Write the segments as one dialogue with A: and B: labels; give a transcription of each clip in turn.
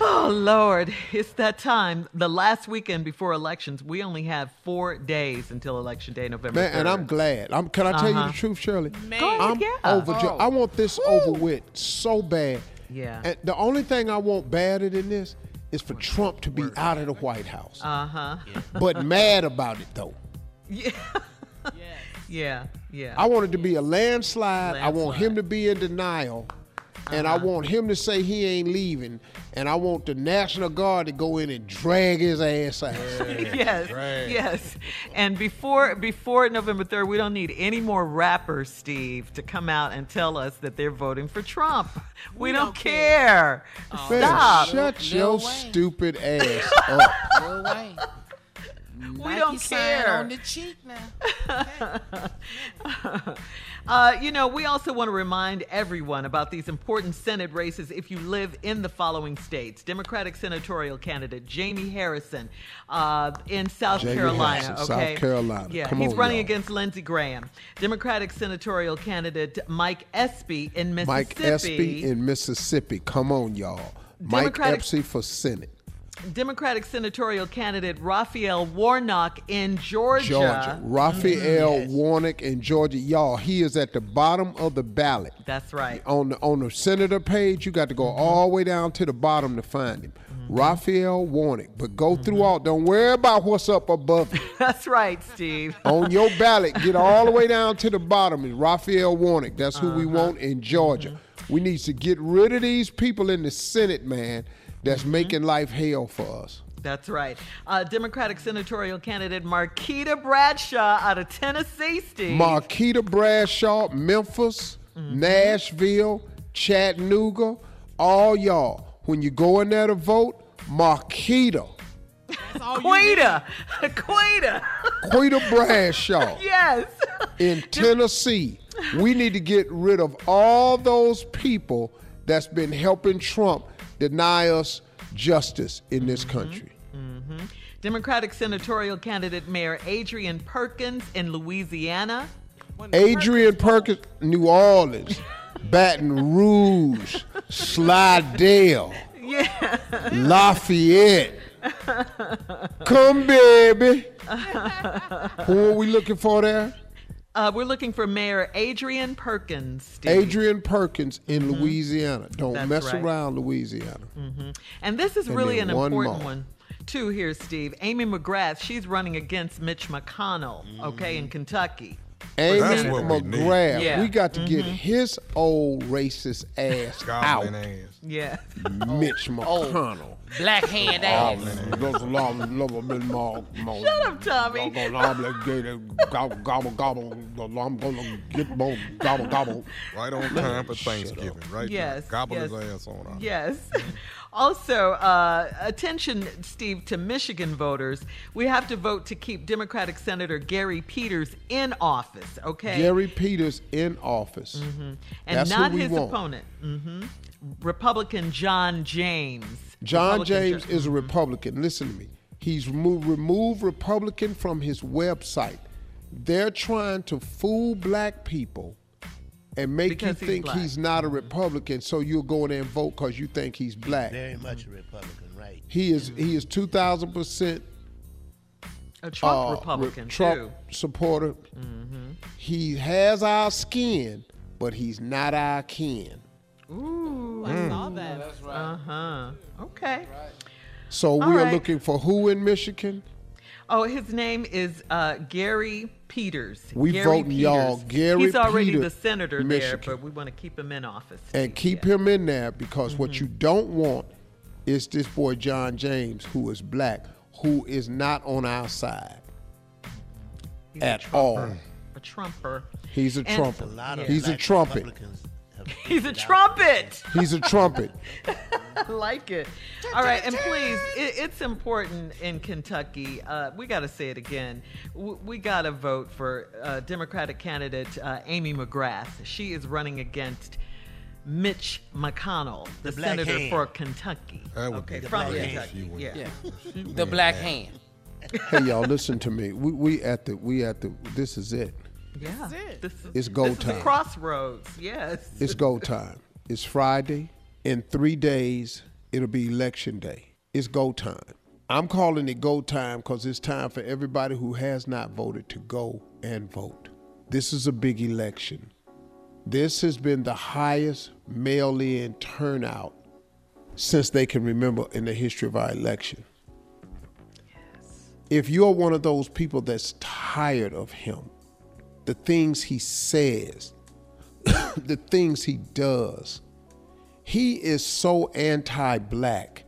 A: Oh, Lord. It's that time. The last weekend before elections, we only have four days until Election Day, November.
B: Man, and
A: 3rd.
B: I'm glad. I'm, can I tell
A: Uh-huh.
B: you the truth, Shirley?
C: Man. Go ahead,
B: I'm
A: yeah.
B: overjoyed. I want this over with so bad.
A: Oh. Yeah.
B: And the only thing I want badder than this is for Trump to be out of the White House. Uh huh.
A: Uh-huh.
B: But mad about it though.
C: Yes.
A: Yeah, yeah.
B: I want it to be a landslide. I want him to be in denial. And
A: Uh-huh.
B: I want him to say he ain't leaving. And I want the National Guard to go in and drag his ass out.
A: yes,
D: right.
A: yes. And before before November third, we don't need any more rappers, Steve, to come out and tell us that they're voting for Trump. We, don't,
C: don't
A: care. Oh,
B: Man,
A: Stop.
B: shut
C: Lil-
B: your
C: Lil Wayne.
B: stupid ass up.
C: Lil Wayne. Nike
A: don't
C: sign
A: care.
C: on the cheek now.
A: Uh, you know, we also want to remind everyone about these important Senate races if you live in the following states. Democratic senatorial candidate Jamie Harrison uh, in South
B: Jamie
A: Carolina.
B: Harrison, South
A: okay?
B: Carolina.
A: Yeah,
B: Come
A: he's
B: on,
A: running
B: y'all.
A: against Lindsey Graham. Democratic senatorial candidate Mike Espy in Mississippi.
B: Mike Espy in Mississippi. Come on, y'all.
A: Democratic-
B: Mike Espy for Senate.
A: Democratic senatorial candidate Raphael Warnock in Georgia. Mm-hmm.
B: Georgia. Raphael Warnock in Georgia. Y'all, he is at the bottom of the ballot.
A: That's right.
B: on the on the senator page, you got to go
A: Mm-hmm.
B: all the way down to the bottom to find him. Raphael Warnick. But go
A: Mm-hmm.
B: through all. Don't worry about what's up above it.
A: That's right, Steve.
B: on your ballot, get all the way down to the bottom. Is Raphael Warnick. That's who we
A: Uh-huh.
B: want in Georgia.
A: Mm-hmm.
B: We need to get rid of these people in the Senate, man. That's
A: Mm-hmm.
B: making life hell for us.
A: That's right. Uh, Democratic senatorial candidate Marquita Bradshaw out of Tennessee, Steve.
B: Marquita Bradshaw, Memphis, Nashville, Chattanooga, all y'all. When you go in there to vote, Marquita.
C: That's all you need.
A: Quita. Quita.
B: Quita Bradshaw
A: yes.
B: in Tennessee. We need to get rid of all those people that's been helping Trump deny us justice in this country.
A: Democratic senatorial candidate Mayor Adrian Perkins in Louisiana.
C: When the
B: Adrian Perkins, New Orleans, Baton Rouge, Slidell, Lafayette. Come, baby. Who are we looking for there?
A: Uh, we're looking for Mayor Adrian Perkins, Steve.
B: Adrian Perkins in Louisiana. Don't
A: Mm-hmm. That's
B: mess
A: right. Mm.
B: around, Louisiana.
A: And this is really an
B: then one
A: important
B: more.
A: one. too. here, Steve. Amy McGrath, she's running against Mitch McConnell, okay, in Kentucky.
B: Amy
D: That's what we need.
B: McGrath. We,
A: Yeah. Mm-hmm.
B: got to get his old racist ass out,
D: Goblin ass.
A: Yeah.
B: Mitch
A: Oh,
B: McConnell.
C: Black hand
E: Oh,
C: ass.
B: Those laws of love have been more- more-
A: Shut up, Tommy.
B: I'm gonna obligated, gobble, gobble, gobble. I'm gonna get more gobble, gobble.
D: Right on time for Thanksgiving. Right
A: Yes,
D: now. Gobble
A: yes.
D: his ass on out.
A: Yes. Also, uh, attention, Steve, to Michigan voters. We have to vote to keep Democratic Senator Gary Peters in office, okay?
B: Gary Peters in office.
A: Mm-hmm. and
B: that's who
A: not
B: we
A: his
B: want.
A: opponent. hmm Republican John James.
B: John
A: Republican Mm-hmm.
B: James is a Republican. Listen to me. He's remo- removed Republican from his website. They're trying to fool black people and make
A: Because
B: you
A: he's
B: think
A: black. Mm-hmm.
B: he's not a Republican, so you'll go in there and vote because you think he's black.
E: Very much a Republican, right?
B: He is he is two thousand percent
A: a Trump Republican
B: Uh, Trump
A: too.
B: supporter. He has our skin, but he's not our kin.
C: Ooh, I saw that.
A: Uh-huh. Okay.
B: So we're
A: right.
B: looking for who in Michigan?
A: Oh, his name is uh, Gary Peters.
B: We
A: Gary
B: voting, y'all. Gary
A: He's already
B: Peter,
A: the senator there,
B: Michigan.
A: but we want to keep him in office.
B: and keep him in there because what you don't want is this boy John James, who is black, who is not on our side
A: He's
B: at
A: a,
B: all.
A: a Trumper.
B: He's a
A: And-
B: trumper.
E: A lot of
B: He's a
E: black
B: trumpet.
E: Republicans have
A: He's a
E: figured out-
A: trumpet.
B: He's a trumpet.
A: I like it. All right, and please, it, it's important in Kentucky. Uh, we got to say it again. W- we got to vote for uh, Democratic candidate uh, Amy McGrath. She is running against Mitch McConnell, the,
E: black
A: senator
E: hand.
A: for Kentucky.
D: That would
A: okay,
D: be
A: from
E: black hand.
A: Kentucky.
D: She would.
A: Yeah.
C: The black hand.
B: hey y'all, listen to me. We we at the we at the this is it.
A: yeah.
C: This is it.
A: This is,
B: It's go
A: this is a
B: time.
A: crossroads. Yes.
B: It's go time. It's Friday. In three days, it'll be election day. It's go time. I'm calling it go time because it's time for everybody who has not voted to go and vote. This is a big election. This has been the highest mail in turnout since they can remember in the history of our election. If you're one of those people that's tired of him, the things he says, the things he does, he is so anti-black.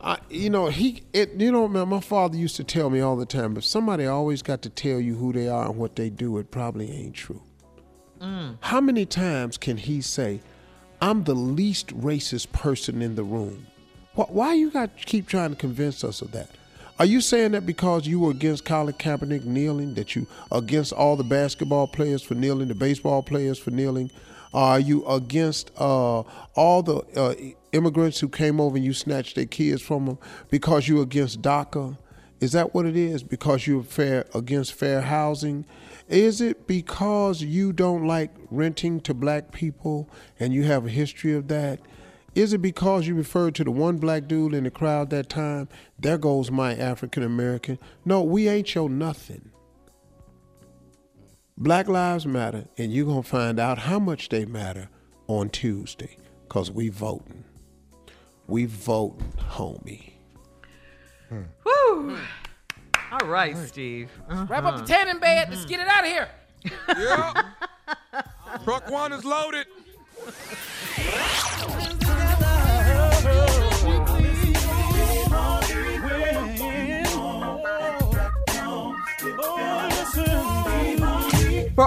B: I, you know, he, it, you know, man, my father used to tell me all the time, if somebody always got to tell you who they are and what they do, it probably ain't true. How many times can he say, I'm the least racist person in the room? Why, why you got to keep trying to convince us of that? Are you saying that because you were against Colin Kaepernick kneeling, that you against all the basketball players for kneeling, the baseball players for kneeling? Are you against uh, all the uh, immigrants who came over and you snatched their kids from them because you against DACA? Is that what it is? Because you're fair against fair housing? Is it because you don't like renting to black people and you have a history of that? Is it because you referred to the one black dude in the crowd that time? There goes my African American. No, we ain't your nothing. Black Lives Matter, and you're gonna find out how much they matter on Tuesday, cause we voting. We voting, homie.
A: Woo! All right, Steve. Uh,
C: Wrap up the tanning bed. Let's get it out of here.
D: Yeah. Truck one is loaded.
A: For